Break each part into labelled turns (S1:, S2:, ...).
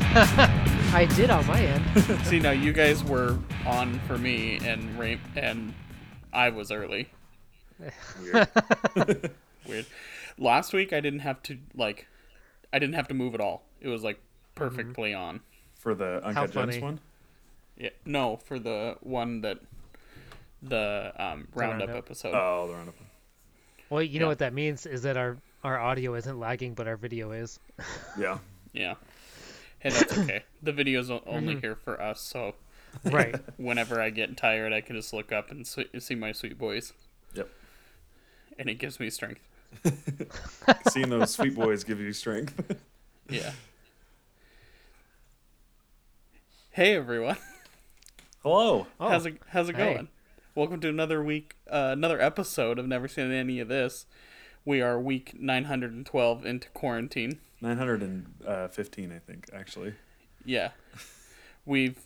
S1: I did on my end.
S2: See, now you guys were on for me, and Ray- and I was early.
S3: Weird.
S2: Weird. Last week I didn't have to like, I didn't have to move at all. It was like perfectly on.
S3: For the Uncut Gems
S1: funny.
S3: one?
S2: Yeah. No, for the one that the um, roundup,
S1: roundup.
S2: episode.
S3: Oh, the roundup one.
S1: Well, you know
S2: Yeah.
S1: what that means is that our our audio isn't lagging, but our video is.
S3: Yeah.
S2: Yeah. Hey, that's okay. the video's o- only here for us, so
S1: Right.
S2: whenever I get tired, I can just look up and see, see my sweet boys,
S3: Yep.
S2: and it gives me strength.
S3: Seeing those sweet boys give you strength.
S2: Yeah. hey everyone,
S3: Hello.
S1: Oh,
S2: how's it how's it
S1: hey.
S2: going? Welcome to another week, uh, another episode of Never Seen Any of This. We are week nine hundred and twelve into quarantine.
S3: 915, uh, I think, actually.
S2: Yeah, we've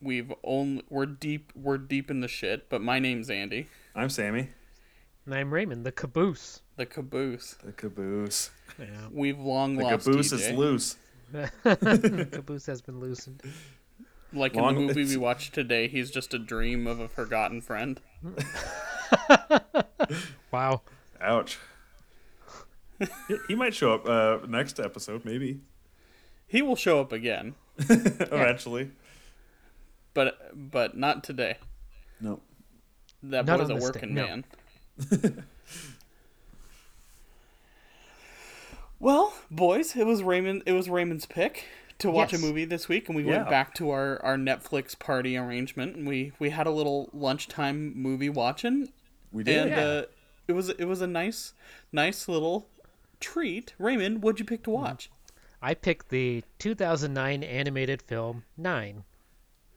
S2: we've only we're deep we're deep in the shit. But my name's Andy,
S3: I'm Sammy.
S1: and I'm Raymond, the caboose.
S2: the caboose.
S3: The caboose.
S1: Yeah.
S2: We've long
S3: The
S2: lost
S3: caboose
S2: DJ.
S3: is loose.
S1: the caboose has been loosened.
S2: Like
S3: Long-
S2: in the movie we
S3: it's-
S2: watched today, he's just a dream of a forgotten friend.
S1: Wow.
S3: Ouch. He- he might show up uh, next episode, maybe.
S2: He will show up again,
S3: Eventually.
S2: but but not today.
S3: No.
S2: That
S1: Not on
S2: boy's a
S1: this day,
S2: working
S1: no.
S2: man. well, boys, it was Raymond. It was Raymond's pick to watch
S1: Yes.
S2: a movie this week, and we went
S3: Yeah.
S2: back to our, our Netflix party arrangement, and we we had a little lunchtime movie watching,
S3: We did.
S2: and uh, it was it was a nice nice little treat. Raymond, what'd you pick to watch?
S1: I picked the 2009 animated film Nine.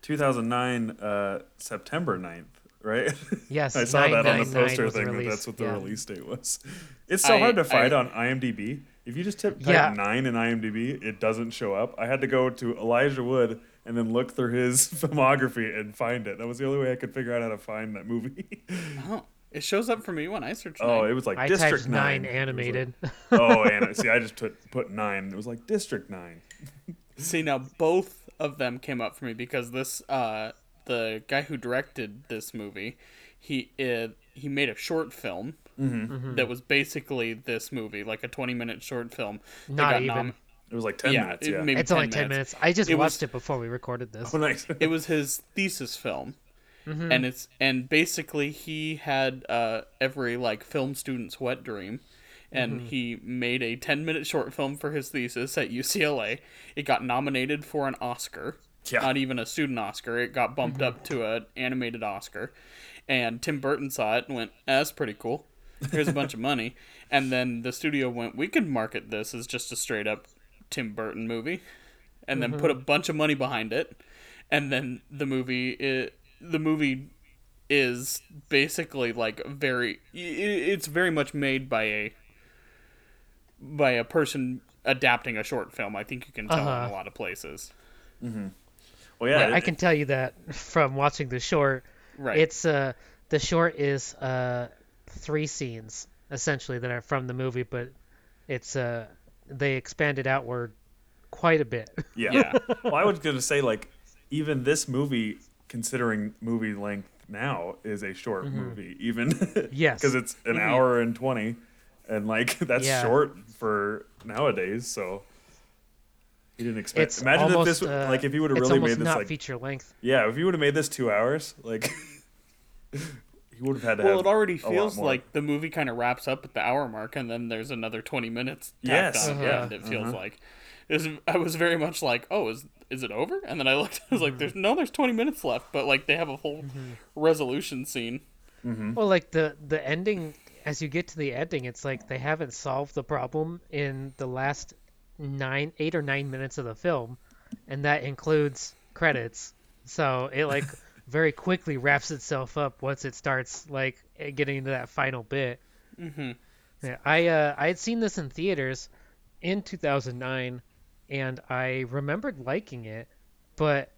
S3: 2009 uh, September 9th, right?
S1: Yes,
S3: I saw that on the
S1: 999
S3: poster
S1: was
S3: thing that
S1: released,
S3: that's what the
S1: yeah.
S3: release date was. It's so
S2: I-
S3: hard to
S2: I-
S3: find on IMDb. If you just type, type
S1: Yeah.
S3: 9 in IMDb, it doesn't show up. I had to go to Elijah Wood and then look through his filmography and find it. That was the only way I could figure out how to find that movie.
S2: Oh, it shows up for me when I search.
S3: oh,
S2: nine.
S3: it was like
S1: I
S3: District
S1: typed
S3: 9
S1: Nine,
S3: It was like-
S1: animated.
S3: oh, and see, I just put, put 9. It was like District 9.
S2: See now, both of them came up for me because this, uh, the guy who directed this movie, he uh, he made a short film
S1: Mm-hmm.
S2: that was basically this movie, like a twenty-minute short film. that
S1: Not
S2: got
S1: even.
S3: It was like 10
S2: yeah,
S3: minutes.
S2: it-
S3: Yeah.
S2: maybe
S1: it's only 10 minutes. I just
S2: It was-
S1: watched it before we recorded this.
S3: Oh, nice.
S2: It was his thesis film, and it's and basically he had uh, every like film student's wet dream. And he made a 10 minute short film for his thesis at UCLA. It got nominated for an Oscar.
S3: Yeah.
S2: not even a student Oscar. It got bumped up to an animated Oscar, and Tim Burton saw it and went, "Eh, "That's pretty cool. Here's a bunch of money." And then the studio went, "We could market this as just a straight up Tim Burton movie," and then put a bunch of money behind it, and then the movie i the movie is basically like very i- i it's very much made by a by a person adapting a short film i think you can tell in
S1: Uh-huh.
S2: a lot of places
S3: Well, yeah.
S1: I
S3: it-
S1: can tell you that from watching the short.
S2: right
S1: It's uh the short is uh three scenes essentially that are from the movie, but it's uh they expanded outward quite a bit.
S3: Yeah.
S2: Yeah.
S3: well, I was going to say, like, even this movie, considering movie length now, is a short movie, even.
S1: Mm-hmm. Yes.
S3: Because it's an hour and 20. And, like, that's
S1: Yeah.
S3: short for nowadays. So you didn't expect.
S1: It's
S3: Imagine
S1: almost,
S3: if this,
S1: uh,
S3: like, if you would have
S1: it's
S3: really
S1: almost
S3: made this,
S1: not
S3: like,
S1: feature length.
S3: yeah, if you would have made this two hours, like, you would have had to
S2: Well,
S3: have
S2: it already
S3: a lot
S2: feels
S3: more.
S2: like the movie kind of wraps up at the hour mark, and then there's another twenty minutes. Tacked
S3: Yes,
S2: on at the
S3: yeah,
S2: end, it feels
S3: uh-huh.
S2: like. It was, I was very much like, oh, is is it over? And then I looked, I was like, there's no, there's twenty minutes left, but like they have a whole resolution scene.
S1: Well, like the the ending, as you get to the ending, it's like they haven't solved the problem in the last nine, eight or nine minutes of the film, and that includes credits. So it like very quickly wraps itself up once it starts like it getting into that final bit. Mm-hmm. Yeah, I uh, I had seen this in theaters in 2009, and I remembered liking it, but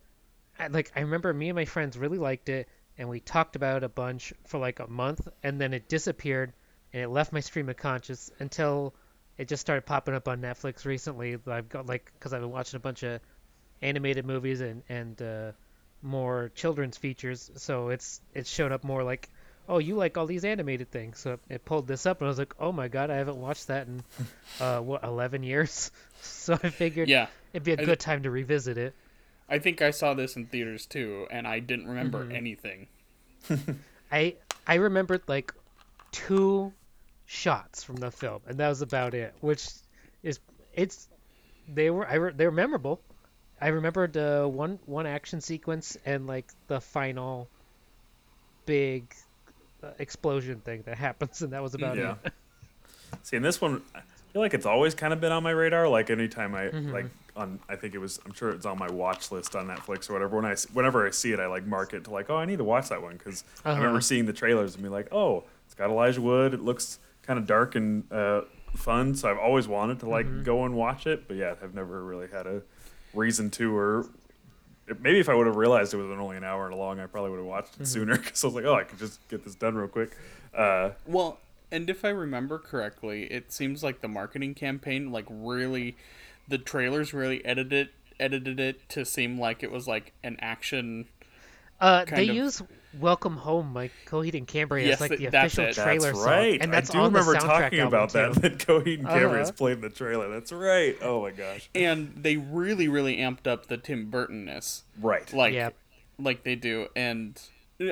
S1: I, like I remember me and my friends really liked it and we talked about it a bunch for like a month and then it disappeared and it left my stream of conscious until it just started popping up on Netflix recently. that I've got like cuz I've been watching a bunch of animated movies and and uh, more children's features. So it's it's shown up more like, oh, you like all these animated things. So it, it pulled this up, and I was like, oh my god, I haven't watched that in uh, what eleven years. So I figured
S2: Yeah.
S1: it'd be a
S2: I-
S1: good time to revisit it.
S2: I think I saw this in theaters too, and I didn't remember anything.
S1: I I remembered like two shots from the film, and that was about it. Which is it's they were I re, they're memorable. I remembered uh, one one action sequence and like the final big uh, explosion thing that happens, and that was about
S3: Yeah.
S1: it.
S3: See, in this one, I feel like it's always kind of been on my radar. Like anytime I
S1: Mm-hmm.
S3: like on, I think it was. I'm sure it's on my watch list on Netflix or whatever. When I s- whenever I see it, I like mark it to like, oh, I need to watch that one because I
S1: Uh-huh.
S3: remember seeing the trailers and be like, oh, it's got Elijah Wood. It looks kind of dark and uh, fun, so I've always wanted to like
S1: Mm-hmm.
S3: go and watch it. But yeah, I've never really had a reason to or. Maybe if I would have realized it was only an hour long, I probably would have watched it
S1: Mm-hmm.
S3: sooner because I was like, "Oh, I could just get this done real quick." Uh,
S2: Well, and if I remember correctly, it seems like the marketing campaign like really the trailers really edited edited it to seem like it was like an action
S1: Uh, they
S2: Kind of.
S1: use "Welcome Home" by Coheed and Cambria
S2: Yes,
S1: as like
S2: it-
S1: the
S2: that's
S1: official
S2: it. That's
S1: trailer
S3: that's
S1: song,
S3: right.
S1: and that's
S3: I do
S1: on
S3: remember
S1: the soundtrack
S3: talking
S1: album,
S3: about that
S1: too.
S3: that Coheed and Camera's
S1: Uh-huh.
S3: played in the trailer. That's right. Oh my gosh.
S2: and they really really amped up the Tim Burtonness
S3: Right.
S2: like
S1: Yep.
S2: like they do and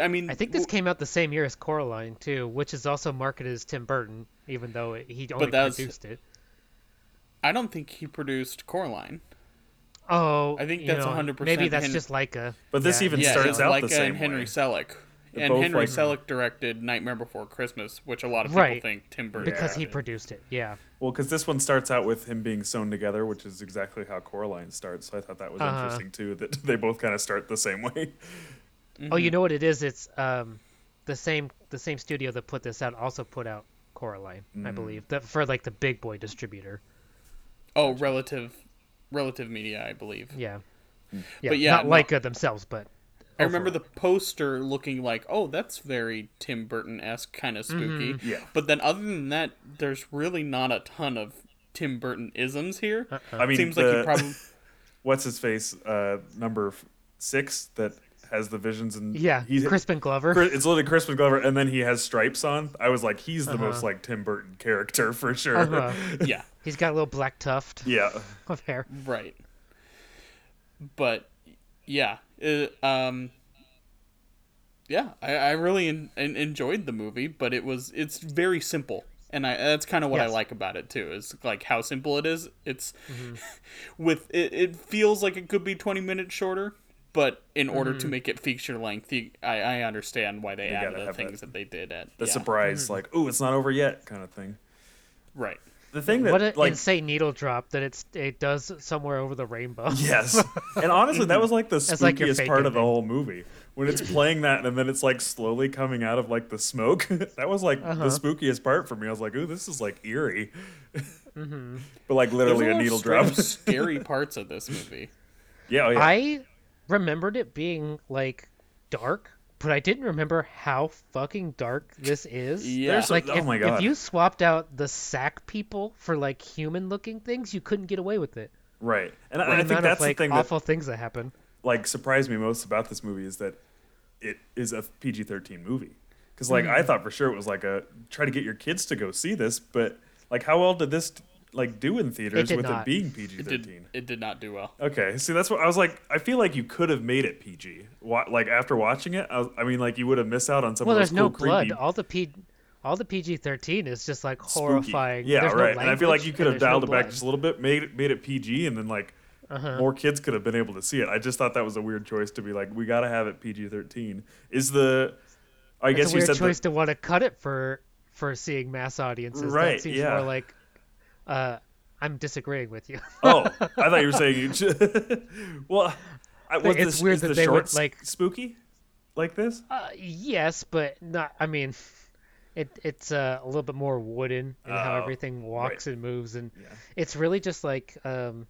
S2: I mean
S1: I think this came out the same year as Coraline too, which is also marketed as Tim Burton, even though it- he only
S2: that was-
S1: produced it.
S2: I don't think he produced Coraline.
S1: Oh,
S2: I think
S1: you
S2: that's
S1: know,
S2: 100%
S1: Maybe that's
S2: Hen-
S1: just Leica.
S3: But this even
S2: Yeah,
S3: starts
S2: it's
S3: out
S2: like
S3: the same
S2: and Henry
S3: way.
S2: Selleck. And
S3: both,
S2: Henry
S3: like-
S2: Selleck directed Nightmare Before Christmas, which a lot of people
S1: Right.
S2: think Tim Burton
S1: because he
S2: did.
S1: produced it. Yeah,
S3: Well, because this one starts out with him being sewn together, which is exactly how Coraline starts. So I thought that was
S1: Uh-huh.
S3: interesting too. That they both kind of start the same way.
S2: Mm-hmm.
S1: Oh, you know what it is? It's um, the same the same studio that put this out also put out Coraline, I
S2: Mm.
S1: believe, that for like the big boy distributor.
S2: Oh, relative, relative media, I believe.
S1: Yeah,
S2: Mm. But yeah,
S1: not
S2: no.
S1: Leica themselves, but
S2: I remember the poster looking like, oh, that's very Tim Burton esque, kind of spooky.
S3: Mm-hmm. Yeah.
S2: But then, other than that, there's really not a ton of Tim Burton isms here.
S3: Uh-uh.
S1: Uh-huh.
S3: I mean,
S2: Seems
S3: the,
S2: like he probably
S3: what's his face uh, number f- six that has the visions and
S1: yeah,
S3: he's
S1: Crispin Glover.
S3: Chris- it's literally Crispin Glover, and then he has stripes on. I was like, he's the most
S1: Uh-huh.
S3: like Tim Burton character for sure.
S1: Uh,
S2: yeah,
S1: he's got a little black tuft
S3: yeah.
S1: of hair.
S2: right. But yeah, uh, um, yeah, I, I really en- en- enjoyed the movie, but it was it's very simple. And I, that's kind of what I
S1: Yes.
S2: like about it too, is like how simple it is. It's
S3: Mm-hmm.
S2: with it, it feels like it could be twenty minutes shorter, but in order to make it feature lengthy, I, I understand why they added
S3: Mm-hmm. gotta
S2: the
S3: have that-
S2: things that, they did. At
S3: The
S2: yeah,
S1: Mm-hmm.
S3: surprise, like, oh, it's not over yet, kind of thing.
S2: right?
S3: The thing that
S1: What an
S3: like
S1: insane needle drop that it's it does somewhere over the rainbow.
S3: Yes. And honestly, that was like the
S1: That's like your
S3: spookiest
S1: fake
S3: part of the
S1: ending.
S3: whole movie. When it's playing that and then it's like slowly coming out of like the smoke. that was like the
S1: Uh-huh.
S3: spookiest part for me. I was like, ooh, this is like eerie.
S1: Mm-hmm.
S3: but like
S2: There's
S3: literally a,
S2: lot of
S3: needle
S2: straight up
S3: drop.
S2: scary parts of this movie.
S3: yeah, oh, yeah.
S1: I remembered it being like dark, but I didn't remember how fucking dark this is.
S2: Yeah. There's
S3: a-
S1: like
S3: oh
S1: if,
S3: my
S1: if
S3: God.
S1: you swapped out the sack people for like human looking things, you couldn't get away with it.
S3: right. And
S1: The
S3: I, I think
S1: amount
S3: that's
S1: of like
S3: the thing that
S1: awful things that happen.
S3: like surprised me most about this movie is that it is a PG thirteen movie. Because like
S1: Mm.
S3: I thought for sure it was like a try to get your kids to go see this, but like how well did this like do in theaters
S1: did
S3: with
S1: not.
S3: it being PG
S2: It did,
S3: thirteen?
S2: it did not do well.
S3: Okay, see that's what I was like. I feel like you could have made it PG. Wa- like after watching it, I, was- I mean, like you would have missed out on some.
S1: Well,
S3: of those
S1: there's no
S3: cool,
S1: blood.
S3: creepy,
S1: All the P, all the PG thirteen is just like
S3: spooky-
S1: horrifying.
S3: Yeah,
S1: There's no
S3: right. and I feel like
S1: language,
S3: you could
S1: and
S3: have
S1: there's no
S3: dialed it back
S1: blood. Uh-huh.
S3: just a little bit, made it made it PG, and then like more kids could have been able to see it. I just thought that was a weird choice to be like, we gotta have it PG thirteen. Is the? I
S1: It's
S3: guess
S1: a
S3: you
S1: weird
S3: said
S1: choice
S3: that,
S1: to want to cut it for for seeing mass audiences.
S3: Right,
S1: That seems
S3: yeah.
S1: more like uh, I'm disagreeing with you.
S3: oh, I thought you were saying you. ch- well, I, was
S1: it's
S3: this,
S1: weird
S3: is
S1: that
S3: the
S1: they would,
S3: shorts
S1: like-
S3: spooky, like this.
S1: Uh, yes, but not. I mean, it it's uh, a little bit more wooden in how
S3: Oh,
S1: everything walks and moves, and
S3: Yeah.
S1: it's really just like um,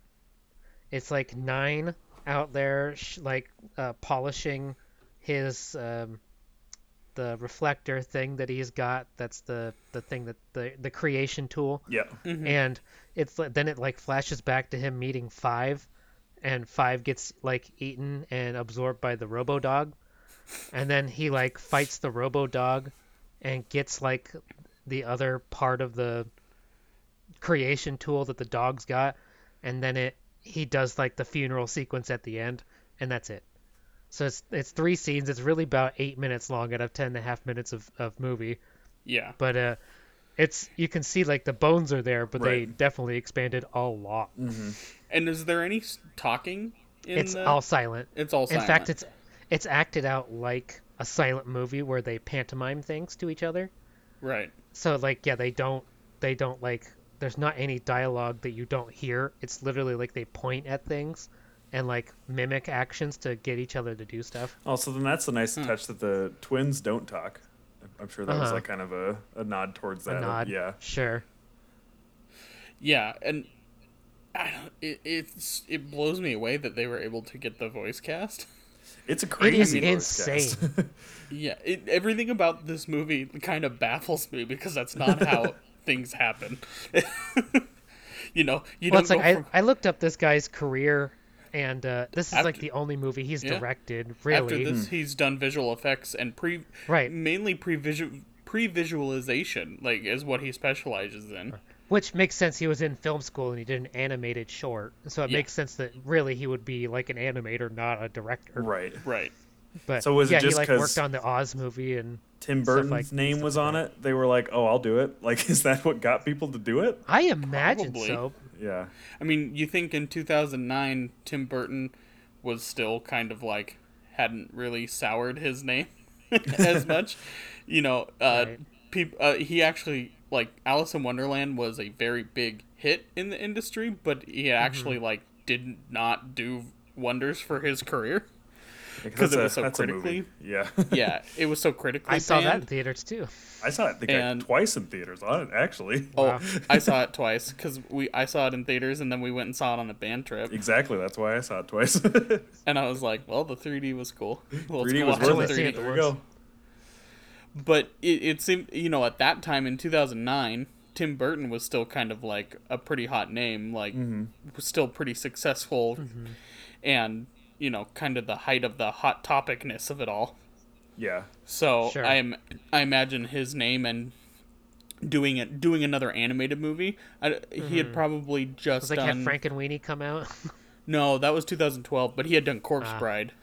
S1: it's like nine out there sh- like uh, polishing his um, the reflector thing that he's got. That's the the thing that the the creation tool
S3: Yeah.
S1: and it's like- then it like flashes back to him meeting five and five gets like eaten and absorbed by the robo dog and then he like fights the robo dog and gets like the other part of the creation tool that the dog's got and then it he does like the funeral sequence at the end and that's it so it's it's three scenes it's really about eight minutes long out of ten and a half minutes of, of movie
S2: Yeah.
S1: but uh it's you can see like the bones are there but they
S3: Right.
S1: definitely expanded a lot
S2: Mm-hmm. And is there any s- talking in
S1: it's
S2: the
S1: all silent
S2: It's all
S1: in
S2: silent.
S1: fact it's it's acted out like a silent movie where they pantomime things to each other
S2: right.
S1: so like yeah they don't they don't like there's not any dialogue that you don't hear it's literally like they point at things and like mimic actions to get each other to do stuff
S3: Also, then that's a
S2: Hmm.
S3: nice touch that the twins don't talk. I'm sure that was
S1: Uh-huh.
S3: like kind of a, a nod towards
S2: Oh,
S3: that.
S1: a nod
S3: Yeah.
S1: sure
S2: Yeah, and I don't, it it's it blows me away that they were able to get the voice cast.
S3: It's a
S1: it
S3: crazy
S1: is
S3: voice cast.
S1: insane
S2: Yeah, it, everything about this movie kind of baffles me because that's not how things happen. you know, you
S1: well
S2: don't
S1: it's
S2: go
S1: like I,
S2: from
S1: I looked up this guy's career and uh, this is like
S2: After-
S1: the only movie he's
S2: Yeah.
S1: directed really
S2: after this he's done visual effects and pre
S1: Right.
S2: mainly pre pre visualization like is what he specializes in.
S1: Which makes sense. He was in film school and he did an animated short, so it
S2: Yeah.
S1: makes sense that really he would be like an animator, not a director.
S3: Right.
S2: Right.
S1: But
S3: So was it
S1: yeah,
S3: just
S1: he like
S3: 'cause-
S1: worked on the Oz movie and
S3: Tim
S1: Stuff
S3: Burton's
S1: like-
S3: name was on it. They were like, "Oh, I'll do it." Like, is that what got people to do it?
S1: I imagine
S2: Probably.
S1: so.
S3: Yeah.
S2: I mean, you think in 2009 Tim Burton was still kind of like hadn't really soured his name as much, you know, uh,
S1: Right.
S2: peop- uh he actually like Alice in Wonderland was a very big hit in the industry, but he
S1: Mm-hmm.
S2: actually like did not do wonders for his career.
S3: Because
S2: it
S3: that's
S2: was so
S3: that's
S2: critically-
S3: movie. Yeah.
S2: Yeah, it was so critically
S1: I saw that in
S2: panned.
S1: theaters too.
S3: I saw it. I think
S2: And-
S3: I, twice in theaters on it actually.
S2: Oh,
S1: Wow.
S2: I saw it twice cuz we I saw it in theaters and then we went and saw it on a band trip.
S3: Exactly. That's why I saw it twice. 3D
S2: And I was like, well, the 3D was cool. Well, it's cool
S3: was
S2: to have
S3: worth it.
S2: 3D.
S1: seen it
S3: There you
S1: once.
S3: go.
S2: but it, it seemed you know at that time in 2009 tim burton was still kind of like a pretty hot name like
S1: Mm-hmm.
S2: was still pretty successful and you know kind of the height of the hot topicness of it all
S3: Yeah.
S2: so
S1: Sure.
S2: i am i imagine his name and doing it doing another animated movie I, he
S1: Mm-hmm.
S2: had probably just
S1: It's like
S2: done
S1: had Frank and Weenie come out,
S2: no that was 2012 but he had done corpse
S1: Ah.
S2: bride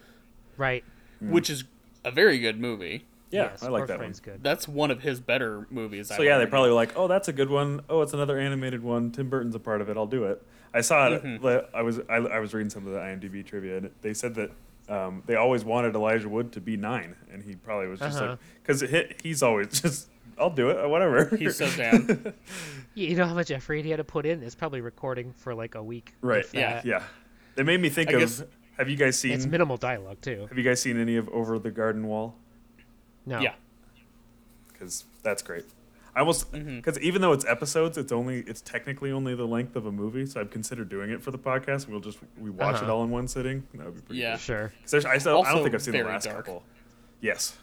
S1: right?
S2: which is a very good movie
S3: Yeah.
S1: Yes,
S3: I like
S1: Orphan
S3: that one.
S1: Blade's good.
S2: that's one of his better movies
S3: So yeah, they probably were like, "Oh, that's a good one. Oh, it's another animated one. Tim Burton's a part of it. I'll do it." I saw it.
S2: Mm-hmm.
S3: le- I was I, I was reading some of the IMDb trivia, and they said that um, they always wanted Elijah Wood to be nine, and he probably was just
S1: Uh-huh.
S3: like, because he's always just, "I'll do it. uh, Whatever."
S2: he's so down
S1: You you know how much effort he had to put in? It's probably recording for like a week.
S3: right.
S1: if
S2: yeah.
S1: that.
S3: Yeah. It made me think
S2: I
S3: of.
S2: guess-
S3: have you guys seen?
S1: It's minimal dialogue too.
S3: have you guys seen any of Over the Garden Wall?
S1: No.
S2: yeah
S3: because that's great. I almost
S2: Mm-hmm.
S3: because even though it's episodes, it's only it's technically only the length of a movie. So I've considered doing it for the podcast. We'll just we watch it
S1: Uh-huh.
S3: all in one sitting. That would be pretty.
S2: Yeah.
S3: Good.
S1: Sure.
S3: 'Cause there's- I, still, I
S2: Also
S3: don't think I've seen the
S2: very
S3: last
S2: dark.
S3: couple. Yes.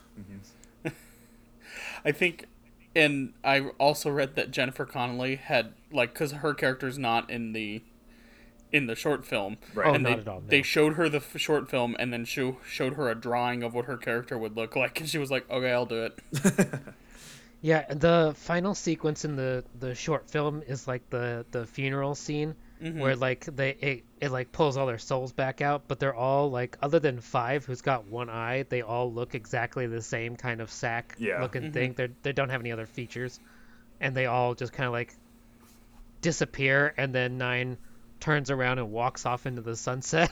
S2: I think, and I also read that Jennifer Connelly had like because her character's not in the in the short film,
S3: Right. Oh,
S2: and they,
S1: not at all, no.
S2: they showed her the f- short film and then show, showed her a drawing of what her character would look like, and she was like, "Okay, I'll do it."
S1: Yeah, the final sequence in the the short film is like the the funeral scene
S3: Mm-hmm.
S1: where like they it, it like pulls all their souls back out, but they're all like other than five who's got one eye, they all look exactly the same kind of sack
S3: Yeah. Mm-hmm.
S1: looking thing. They they don't have any other features, and they all just kind of like disappear, and then nine turns around and walks off into the sunset.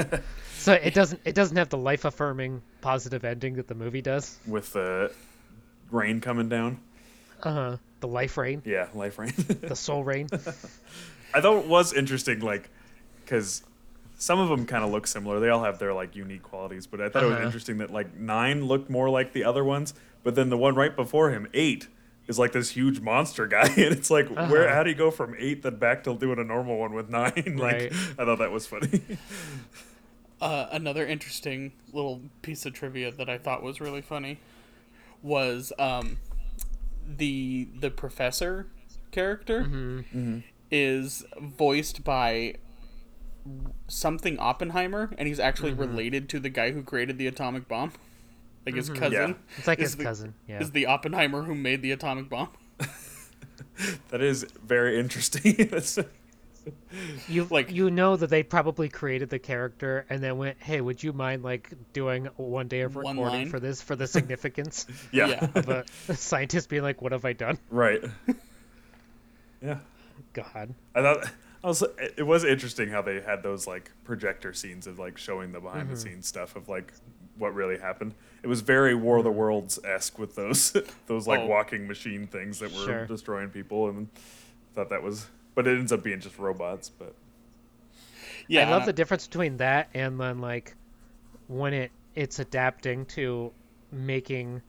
S1: so it doesn't it doesn't have the life affirming positive ending that the movie does.
S3: With the rain coming down.
S1: Uh, the life rain,
S3: Yeah, life rain.
S1: the soul rain.
S3: I thought it was interesting, like because some of them kind of look similar. They all have their like unique qualities, but I thought it was
S1: Uh-huh.
S3: interesting that like nine looked more like the other ones, but then the one right before him, eight, is like this huge monster guy, and it's like
S1: Uh-huh.
S3: where how do you go from eight then back to doing a normal one with nine? like
S1: Right.
S3: I thought that was funny.
S2: Uh, another interesting little piece of trivia that I thought was really funny was um, the the
S1: Mm-hmm.
S3: Mm-hmm.
S2: professor character is voiced by something Oppenheimer, and he's actually
S1: Mm-hmm.
S2: related to the guy who created the atomic bomb. Like his cousin.
S3: Yeah.
S1: It's like
S2: is
S1: his
S2: the-
S1: cousin. Mm-hmm. Yeah.
S2: Is the Oppenheimer who made the atomic bomb?
S3: That is very interesting. That's-
S1: you
S2: like-
S1: like you know that they probably created the character and then went, "Hey, would you mind like doing one day of
S2: One
S1: recording
S2: line?
S1: for this for the significance
S3: yeah.
S1: of a scientist being like, what have I done?"
S3: right. Yeah.
S1: God.
S3: I thought I was. It was interesting how they had those like projector scenes of like showing the behind
S1: Mm-hmm.
S3: the scenes stuff of like what really happened. It was very War
S1: Mm-hmm.
S3: of the Worlds esque with those those like
S2: Oh.
S3: walking machine things that were
S1: Sure.
S3: destroying people, and thought that was. But it ends up being just robots. But
S2: Yeah.
S1: I love
S2: and
S1: the difference between that and then like when it it's adapting to making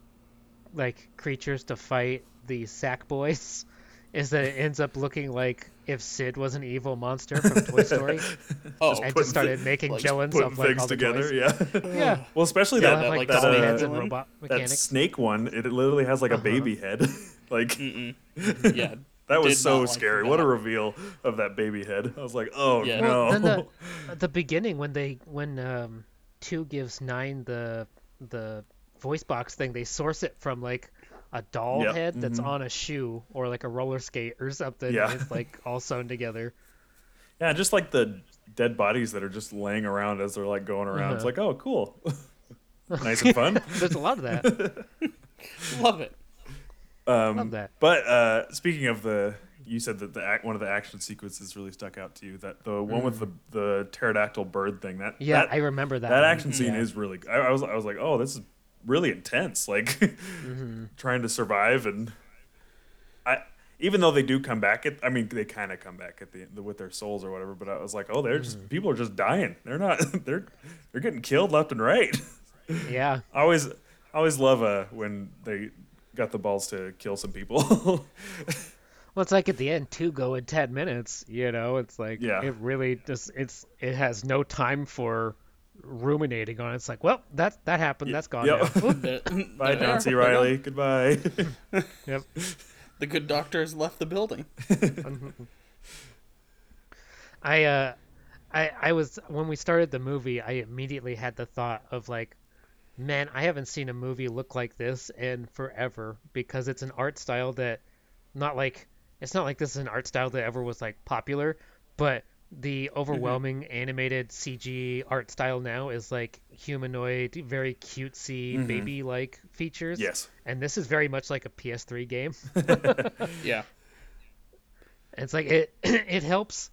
S1: like creatures to fight the sack boys is that it ends up looking like if Sid was an evil monster from Toy Story
S2: Oh,
S1: and
S3: putting
S1: just started
S3: thi-
S1: making
S2: like,
S1: gelins
S3: putting
S1: of like
S3: things
S1: all the
S3: together,
S1: toys.
S3: yeah.
S1: Yeah.
S3: well, especially
S1: They'll
S3: that uh,
S1: have
S2: that,
S1: like
S2: like,
S1: doll
S2: that,
S1: heads and
S2: one?
S1: robot
S3: that
S1: mechanics. Uh-huh.
S3: snake one. It literally has like a baby head. like
S2: yeah.
S3: that
S2: did
S3: was so
S2: not like
S3: scary.
S2: that.
S3: What a reveal of that baby head. I was like, oh
S2: Yeah.
S3: no.
S2: Well,
S1: then the at the beginning when they when um two gives nine the the voice box thing they source it from like a doll
S3: Yep,
S1: head that's on a shoe or like a roller skate or something
S3: Yeah.
S1: and it's like all sewn together
S3: Yeah, just like the dead bodies that are just laying around as they're like going around. It's
S1: Uh-huh.
S3: like, oh, cool, nice and fun.
S1: there's a lot of that
S2: Love it.
S3: Um,
S1: love that
S3: But uh, speaking of the, you said that the act, one of the action sequences really stuck out to you. That the one with the the pterodactyl bird thing. That
S1: Mm. yeah
S3: that,
S1: i remember that,
S3: that
S1: one.
S3: action scene is really. I, I was I was like, oh, this is really intense. Like
S1: Mm-hmm.
S3: trying to survive and I. Even though they do come back, at, I mean, they kind of come back at the end with their souls or whatever. But I was like, oh, they're
S1: Mm-hmm.
S3: just people are just dying. They're not. They're they're getting killed left and right.
S1: yeah
S3: I always I always love uh when they got the balls to kill some people.
S1: well it's like at the end two go in 10 minutes you know it's like
S3: Yeah.
S1: it really just it's it has no time for ruminating on it. it's like well that that happened that's gone
S3: yep.
S1: now. Oop,
S2: There-
S3: Bye,
S2: there
S3: John C.
S2: are-
S3: Riley. Goodbye.
S1: yep
S2: The good doctor has left the building.
S1: I uh I I was when we started the movie, I immediately had the thought of like, man, I haven't seen a movie look like this in forever because it's an art style that not like it's not like this is an art style that ever was like popular, but the overwhelming animated CG art style now is like humanoid, very cutesy, baby like features.
S3: Yes.
S1: And this is very much like a PS3 game.
S2: Yeah.
S1: It's like it it helps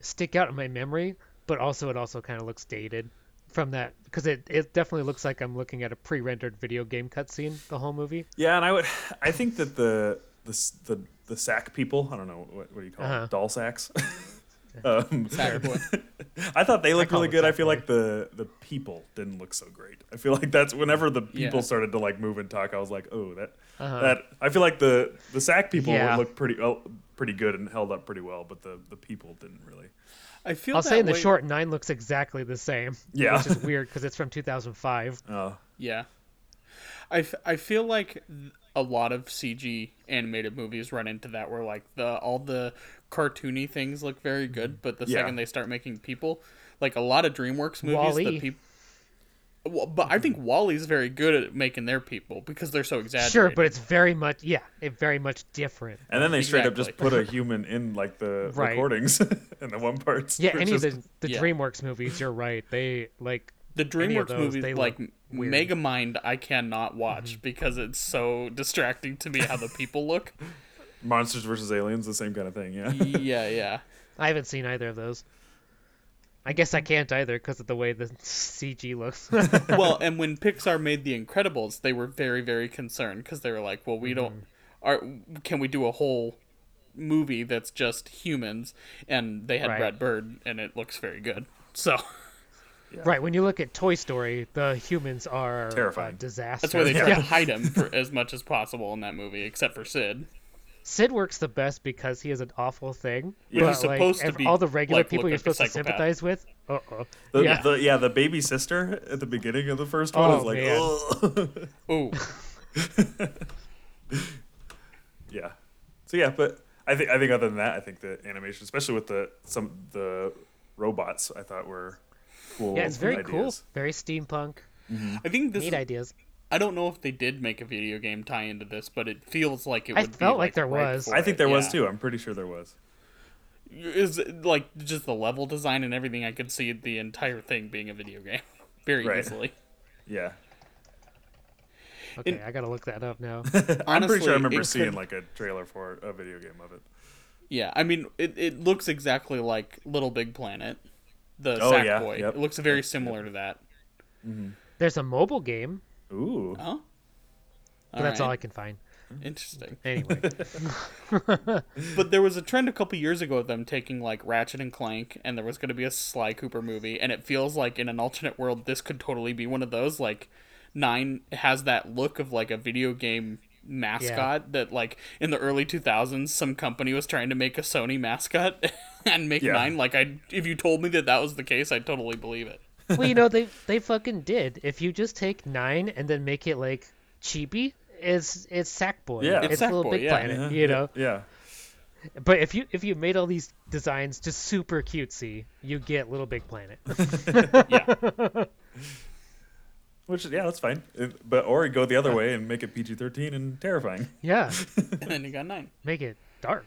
S1: stick out in my memory, but also it also kind of looks dated from that because it, it definitely looks like I'm looking at a pre-rendered video game cutscene the whole movie.
S3: yeah, and I would. I think that the the s- the, the sack people. I don't know what, what do you call
S1: Uh-huh.
S3: it? Doll sacks. um,
S2: Sack boy.
S3: I thought they looked
S1: call
S3: really
S1: it
S3: good. I
S1: sack
S3: feel
S1: boy.
S3: like the the people didn't look so great. I feel like that's whenever the people
S2: Yeah.
S3: started to like move and talk. I was like, oh, that
S1: Uh-huh.
S3: that. I feel like the the sack people
S1: Yeah.
S3: looked pretty oh, pretty good and held up pretty well, but the the people didn't really.
S2: I feel
S1: I'll
S2: that
S1: say in the
S2: way-
S1: short nine looks exactly the same.
S3: Yeah.
S1: which is weird because it's from 2005.
S3: Oh,
S2: Yeah. I, f- I feel like th- a lot of CG animated movies run into that where like the all the cartoony things look very good, but the
S3: Yeah.
S2: second they start making people, like a lot of DreamWorks movies,
S1: Wall-E.
S2: the people. But I think Wally's very good at making their people because they're so exaggerated.
S1: Sure, but it's very much yeah, it very much different.
S3: And then they straight up just
S2: Exactly.
S3: put a human in like the
S1: Right.
S3: recordings and the one parts.
S1: Yeah,
S3: It's
S1: any of
S3: just-
S1: the, the
S2: yeah.
S1: DreamWorks movies, you're right. They like
S2: the
S1: any of
S2: DreamWorks
S1: those,
S2: movies
S1: they look
S2: like
S1: weird. Mm-hmm.
S2: Megamind, I cannot watch because it's so distracting to me how the people look.
S3: monsters versus aliens, the same kind of thing. Yeah,
S2: yeah, yeah.
S1: I haven't seen either of those. I guess I can't either because of the way the CG looks.
S2: well, and when Pixar made The Incredibles, they were very, very concerned because they were like, "Well, we don't are
S1: Mm-hmm.
S2: can we do a whole movie that's just humans?" And they had
S1: Right.
S2: Brad Bird, and it looks very good. So
S1: Right, when you look at Toy Story, the humans are
S3: Terrifying.
S1: A disaster.
S2: that's why they tried
S1: yeah.
S2: to hide him for as much as possible in that movie, except for Sid.
S1: Sid works the best because he is an awful thing.
S3: Yeah.
S1: but
S3: He's
S1: like,
S2: supposed to
S1: ev-
S2: be,
S1: all the regular
S2: like,
S1: people
S2: look
S1: you're
S2: like a
S1: supposed to
S2: psychopath.
S1: sympathize with. Uh oh.
S3: the,
S1: yeah.
S3: The, yeah, the baby sister at the beginning of the first one
S1: Oh,
S3: is like,
S1: man.
S3: oh,
S2: Ooh,
S3: yeah. So yeah, but I think I think other than that, I think the animation, especially with the some the robots. I thought were cool.
S1: Yeah, it's very cool.
S3: ideas.
S1: Very steampunk.
S2: I think this.
S1: Neat
S2: is-
S1: ideas.
S2: I don't know if they did make a video game tie into this, but it feels like it.
S1: I
S2: Would be,
S1: felt like there
S2: right
S1: was.
S2: for
S1: I
S3: I
S2: it,
S3: think there was
S2: yeah.
S3: too. I'm pretty sure there was.
S2: Is it, like just the level design and everything. I could see the entire thing being a video game very
S3: Right.
S2: easily.
S3: Yeah,
S1: Okay, I gotta look that up now.
S3: I'm pretty sure
S2: Honestly,
S3: I
S2: it
S3: remember
S2: could-
S3: seeing like a trailer for a video game of it.
S2: Yeah, I mean, it, it looks exactly like Little Big Planet, the
S3: Oh,
S2: Sackboy.
S3: yeah, yep.
S2: It looks very similar to that.
S1: There's a mobile game,
S3: Ooh,
S2: Oh,
S1: but that's all I can find.
S2: Interesting.
S1: Anyway,
S2: But there was a trend a couple years ago of them taking like Ratchet and Clank, and there was going to be a Sly Cooper movie, and it feels like in an alternate world, this could totally be one of those. Like, Nine has that look of like a video game mascot that, like, in the early 2000s, some company was trying to make a Sony mascot and make
S3: Yeah.
S2: Nine. Like, I if you told me that that was the case, I'd totally believe it.
S1: well, you know they they fucking did. If you just take nine and then make it like cheapy, it's it's Sackboy.
S3: Yeah.
S1: it's,
S3: It's
S1: Little
S2: Sackboy,
S1: Big
S2: yeah.
S1: Planet. You know,
S3: yeah,
S1: but if you if you made all these designs just super cutesy, you get Little Big Planet.
S2: Yeah.
S3: which yeah, that's fine. It- but or go the other way and make it PG-13 and terrifying.
S1: yeah,
S2: and then you got nine.
S1: make it dark.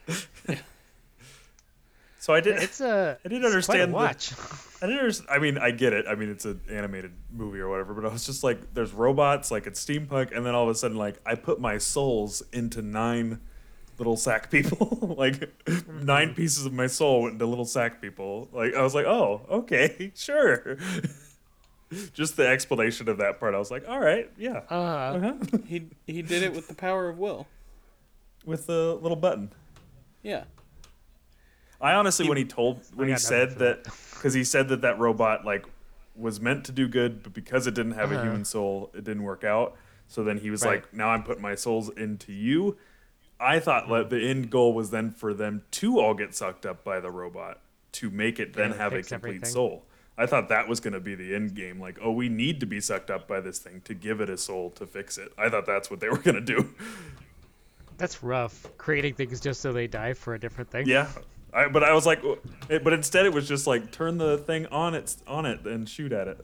S3: So I did.
S1: It's a.
S3: I didn't
S1: it's quite a
S3: understand the-
S1: watch.
S3: I didn't understand. I mean, I get it. I mean, it's an animated movie or whatever, but I was just like, there's robots, like it's steampunk, and then all of a sudden, like, I put my souls into nine little sack people. like, nine pieces of my soul went into little sack people. Like, I was like, oh, okay, sure. just the explanation of that part, I was like, all right, yeah.
S1: Uh,
S3: Uh-huh.
S2: He he did it with the power of will.
S3: With the little button.
S2: Yeah.
S3: I honestly, when he told, when
S1: I
S3: he
S1: got
S3: said
S1: nothing for
S3: that, because he said that that robot like was meant to do good, but because it didn't have a human soul, it didn't work out. So then he was
S1: Uh-huh. Right.
S3: like, "Now I'm putting my souls into you." I thought like, the end goal was then for them to all get sucked up by the robot to make it then
S1: Yeah,
S3: have a
S1: fix
S3: complete
S1: everything.
S3: soul. I thought that was going to be the end game. Like, oh, we need to be sucked up by this thing to give it a soul to fix it. I thought that's what they were going to do.
S1: that's rough. Creating things just so they die for a different thing.
S3: Yeah, I, but I was like, w- it, but instead it was just like turn the thing on it on it and shoot at it.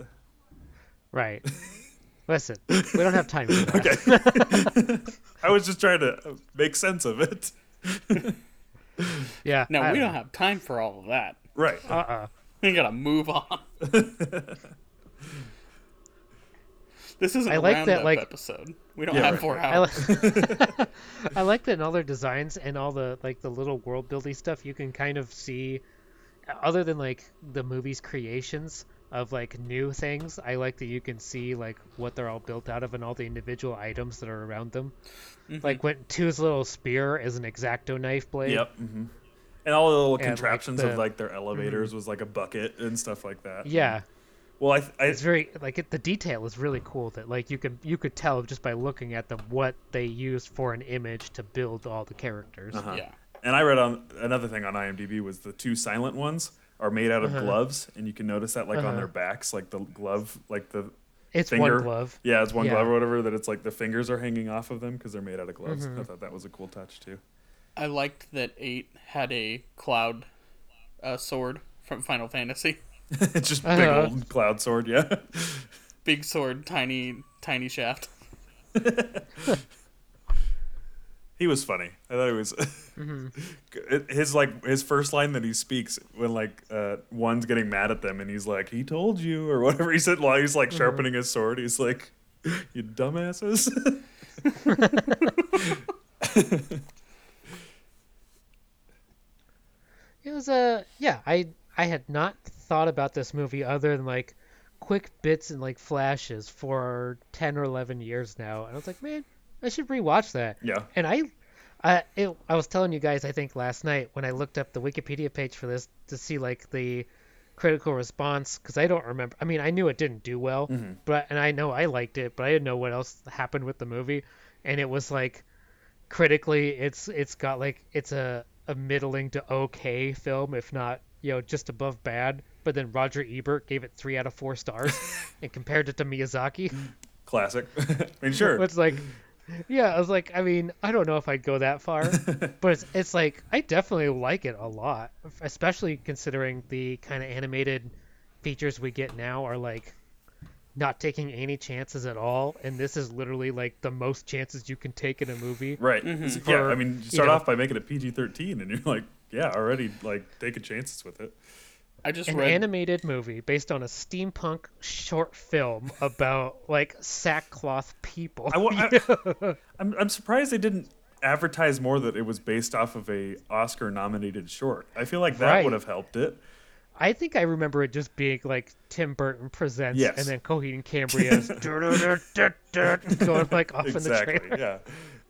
S1: Right. Listen, we don't have time for that.
S3: Okay, I was just trying to make sense of it.
S1: Yeah.
S2: Now we don't have time for all of that.
S3: Right.
S1: Uh uh
S2: We gotta move on. this isn't
S1: I
S2: a
S1: like that,
S2: roundup
S1: like-
S2: episode. We don't
S3: Yeah,
S2: have
S3: right.
S2: four
S1: I,
S2: hours.
S1: li- I like that in all their designs and all the like the little world building stuff you can kind of see other than like the movie's creations of like new things i like that you can see like what they're all built out of and all the individual items that are around them like when two's little spear is an exacto knife blade
S3: Mm-hmm. And all the little
S1: And, like,
S3: contraptions
S1: the- Mm-hmm.
S3: of like their elevators was like a bucket and stuff like that.
S1: yeah
S3: Well, I, I
S1: it's very like it, the detail is really cool that like you can you could tell just by looking at them what they used for an image to build all the characters
S3: uh-huh.
S2: Yeah.
S3: And I read on another thing on IMDb was the two silent ones are made out of
S1: Uh-huh.
S3: gloves, and you can notice that like on their backs, like the glove, like the
S1: it's
S3: finger
S1: Uh-huh. one glove
S3: Yeah, it's one
S1: Yeah.
S3: glove or whatever that it's like the fingers are hanging off of them because they're made out of gloves.
S1: Mm-hmm.
S3: I thought that was a cool touch too.
S2: I liked that eight had a cloud uh, sword from Final Fantasy.
S3: it's just big
S1: Uh-huh.
S3: old cloud sword, yeah.
S2: Big sword, tiny tiny shaft.
S3: he was funny. I thought it was
S1: Mm-hmm.
S3: It- his like his first line that he speaks when like uh, one's getting mad at them and he's like, "He told you" or whatever he said while he's like
S1: Mm-hmm.
S3: sharpening his sword. He's like, "You dumbasses."
S1: It was a yeah. I I had not thought about this movie other than like quick bits and like flashes for ten or eleven years now, and I was like, man, I should rewatch that.
S3: yeah.
S1: And I, I it, I was telling you guys I think last night when I looked up the Wikipedia page for this to see like the critical response because I don't remember. I mean, I knew it didn't do well, but and I know I liked it, but I didn't know what else happened with the movie, and it was like critically it's it's got like it's a, a middling to okay film if not you know just above bad but then roger ebert gave it three out of four stars and compared it to miyazaki
S3: Classic. I mean, sure.
S1: it's like yeah, I was like, I mean, I don't know if I'd go that far, but it's, it's like I definitely like it a lot, especially considering the kind of animated features we get now are like not taking any chances at all, and this is literally like the most chances you can take in a movie.
S3: Right. Yeah.
S1: Or,
S3: I mean, you
S1: you
S3: start
S1: know-
S3: off by making it PG thirteen, and you're like, yeah, already like taking chances with it.
S2: I just
S1: An
S2: read.
S1: animated movie based on a steampunk short film about like sackcloth people.
S3: I, wa- I, I'm I'm surprised they didn't advertise more that it was based off of a Oscar nominated short. I feel like that
S1: Right.
S3: would have helped it.
S1: I think I remember it just being like Tim Burton presents,
S3: Yes.
S1: and then Coheed and Cambria is "Dur-dur-dur-dur-dur," going like off in the
S3: Exactly.
S1: trailer.
S3: Yeah.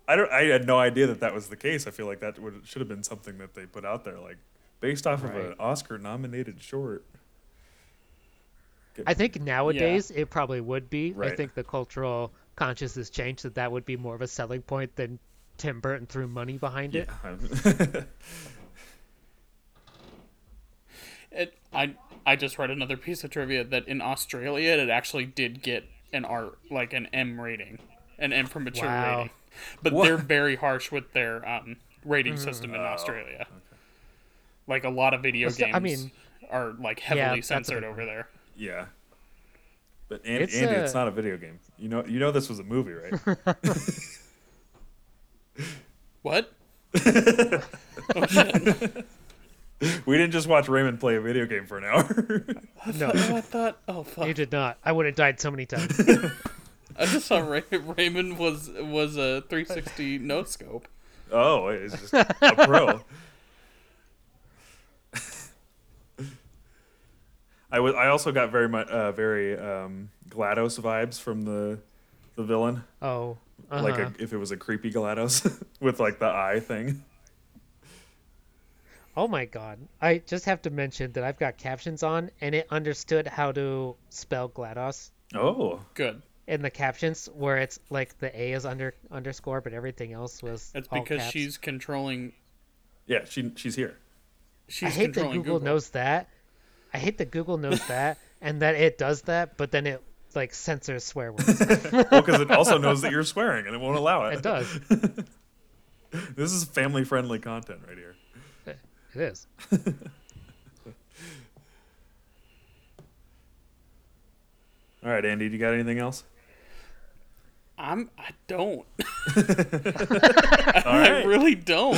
S3: I don't. I had no idea that that was the case. I feel like that would should have been something that they put out there, like based off of an
S1: Right.
S3: Oscar nominated short.
S1: I think nowadays it probably would be. I
S3: Right.
S1: think the cultural consciousness changed that that would be more of a selling point than Tim Burton threw money behind it.
S2: It, I I just read another piece of trivia that in Australia it actually did get an R like an M rating, an M for mature
S1: Wow.
S2: rating, but they're very harsh with their um,
S1: Hmm.
S2: rating system in Australia. Like a lot of video
S1: so-
S2: games,
S1: I mean-
S2: are like
S1: Yeah,
S2: heavily
S1: that's a
S2: censored
S1: big
S2: over there.
S3: yeah. But and,
S1: It's uh,
S3: Andy,
S1: a-
S3: it's not a video game. You know, you know this was a movie, right?
S2: What?
S3: we didn't just watch Raymond play a video game for an hour.
S1: No,
S2: I thought. Oh fuck!
S1: you did not. I would have died so many times.
S2: I just saw Ray- Raymond was was a 360 no scope.
S3: oh, it's just a pro. I was. I also got very much, uh, very um, Glados vibes from the the villain.
S1: Oh,
S3: Like
S1: uh-huh.
S3: a, if it was a creepy Glados with like the eye thing.
S1: Oh my god. I just have to mention that I've got captions on and it understood how to spell GLaDOS
S3: Oh,
S2: Good.
S1: in the captions where it's like the A is under underscore but everything else was
S2: That's
S1: all
S2: because
S1: caps.
S2: she's controlling.
S3: yeah. She she's here.
S2: She's
S1: I hate that
S2: controlling
S1: Google, knows that. I hate that Google knows that and that it does that but then it like censors swear words.
S3: Well, because it also knows that you're swearing and it won't allow it.
S1: It does.
S3: This is family friendly content right here.
S1: It is.
S3: All right, Andy, you got anything else?
S2: I'm. I don't.
S3: All
S2: I
S3: right.
S2: really don't.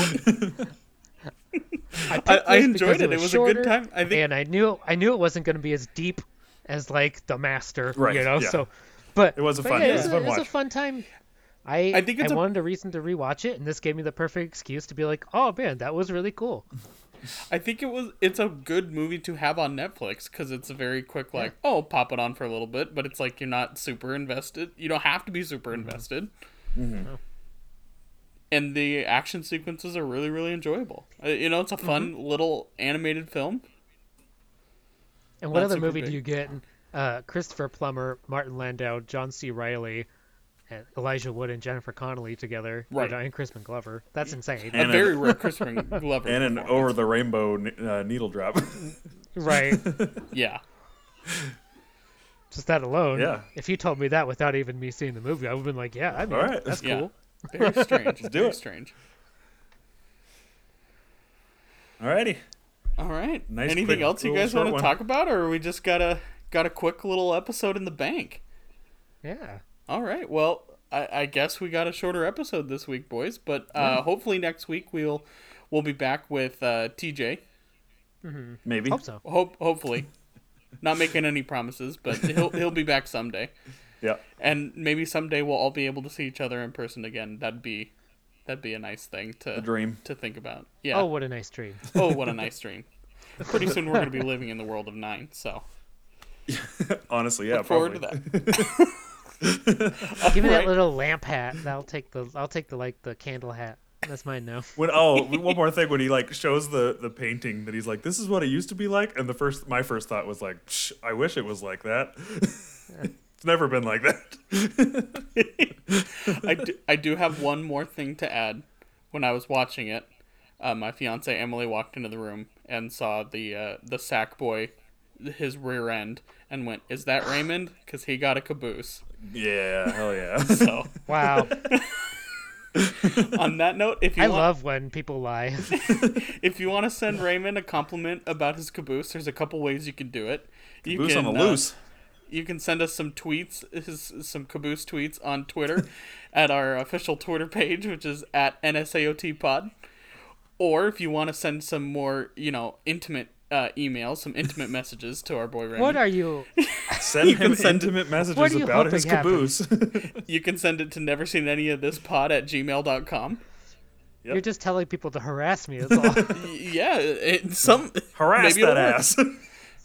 S1: I, picked
S2: I, I
S1: this
S2: enjoyed
S1: because
S2: it. It was, a
S1: shorter,
S2: good time. I think
S1: and I knew I knew it wasn't going to be as deep as like the master,
S3: Right,
S1: You know,
S3: yeah.
S1: so but
S3: It was a
S1: but
S3: fun-
S1: Yeah,
S3: it was a
S1: it was,
S3: fun
S1: a, it was a
S3: watch.
S1: fun time. I I,
S2: I think it's a-
S1: wanted a reason to rewatch it, and this gave me the perfect excuse to be like, "Oh man, that was really cool."
S2: I think it was. It's a good movie to have on Netflix because it's a very quick like oh pop it on for a little bit, but it's like you're not super invested. You don't have to be super invested.
S3: Mm-hmm.
S2: And the action sequences are really really enjoyable. Uh, You know, it's a fun little animated film.
S1: And what
S2: That's
S1: other
S2: super
S1: movie do
S2: big.
S1: you get? Uh, Christopher Plummer, Martin Landau, John C. Riley, and Elijah Wood and Jennifer Connelly together, you
S2: Right.
S1: know, and Crispin Glover. That's insane,
S2: a
S3: And
S2: very
S3: an-
S2: rare Christopher Glover.
S3: and an
S2: performance.
S3: over the rainbow n- uh, needle drop.
S1: right?
S2: yeah.
S1: Just that alone.
S3: Yeah.
S1: If you told me that without even me seeing the movie, I would have been like, "Yeah, I mean,
S3: All right.
S1: that's
S2: Yeah.
S1: cool."
S2: Very strange.
S3: do
S2: very
S3: it.
S2: strange.
S3: All righty.
S2: All right.
S3: Nice,
S2: Anything
S3: quick,
S2: else you
S3: little
S2: guys
S3: short
S2: want
S3: one.
S2: to talk about, or we just got a got a quick little episode in the bank?
S1: Yeah.
S2: All right. Well, I, I guess we got a shorter episode this week, boys. But uh, hopefully next week we'll we'll be back with uh, TJ.
S3: Maybe.
S1: Hope so.
S2: Hope hopefully, not making any promises, but he'll he'll be back someday,
S3: Yeah.
S2: and maybe someday we'll all be able to see each other in person again. That'd be that'd be a nice thing to
S3: A dream.
S2: to think about. Yeah.
S1: Oh,
S2: Oh,
S1: what a nice dream.
S2: what a nice dream. Pretty soon we're gonna be living in the world of nine. So
S3: Honestly, yeah.
S2: forward to
S3: probably.
S2: that.
S1: Give me
S2: Right.
S1: that little lamp hat. I'll take the I'll take the like the candle hat. That's mine now.
S3: When oh, one more thing when he like shows the the painting that he's like, this is what it used to be like, and the first my first thought was like, Psh, I wish it was like that. it's never been like that.
S2: I do, I do have one more thing to add. When I was watching it, uh, my fiance Emily walked into the room and saw the uh, the sack boy, his rear end, and went, "Is that Raymond?" Because he got a caboose.
S3: yeah. Hell yeah.
S2: So
S1: Wow.
S2: On that note, if you
S1: I
S2: want,
S1: love when people lie.
S2: if you want to send Raymond a compliment about his caboose, there's a couple ways you can do it. You
S3: Boost on the
S2: uh,
S3: loose.
S2: you can send us some tweets, his, some caboose tweets on Twitter at our official Twitter page, which is at NSAOT Pod. Or if you want to send some more, you know, intimate uh, emails, some intimate messages to our boy Raymond,
S1: What are you?
S3: Send him
S2: send-
S3: intimate
S1: What
S3: messages
S1: are you
S3: about
S1: hoping
S3: his
S1: happens?
S3: caboose.
S2: you can send it to never seen any of this pod at gmail.com.
S1: You're just telling people to harass me. That's all.
S2: Y- Yeah, it, some
S3: Harass
S2: maybe it'll
S3: that
S2: work.
S3: ass.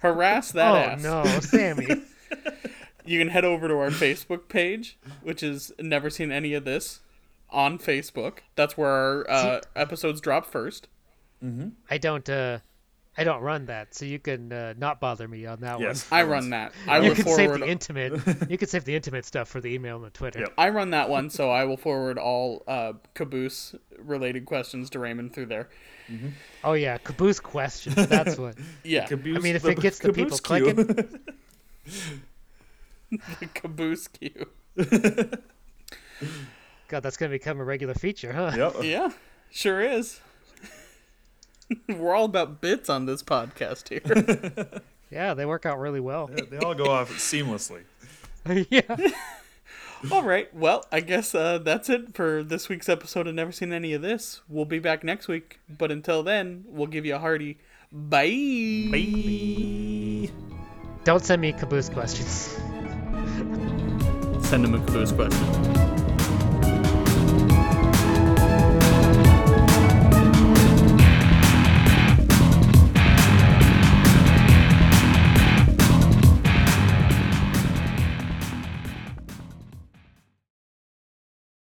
S2: Harass that
S1: oh
S2: ass.
S1: no, Sammy.
S2: You can head over to our Facebook page, which is never seen any of this on Facebook. That's where our uh, episodes drop first.
S1: I don't. uh I don't run that, so you can uh, not bother me on that
S3: yes.
S2: I run that. I
S1: one. You
S2: will
S1: can save
S2: forward.
S1: the intimate. You can save the intimate stuff for the email and the Twitter.
S3: Yep.
S2: I run that one, so I will forward all uh, caboose related questions to Raymond through there.
S1: Oh yeah, caboose questions. That's what.
S2: Yeah,
S3: Caboose-
S1: I mean, if
S3: the
S1: it gets the people
S3: caboose queue.
S2: caboose queue.
S1: God, that's gonna become a regular feature, huh?
S3: yep.
S2: Yeah, sure is. We're all about bits on this podcast here.
S1: Yeah, they work out really well.
S3: They all go off seamlessly.
S1: yeah.
S2: all right. Well, I guess uh, that's it for this week's episode of Never Seen Any of This. We'll be back next week, but until then, we'll give you a hearty bye.
S1: Don't send me caboose questions.
S2: Send him a caboose question.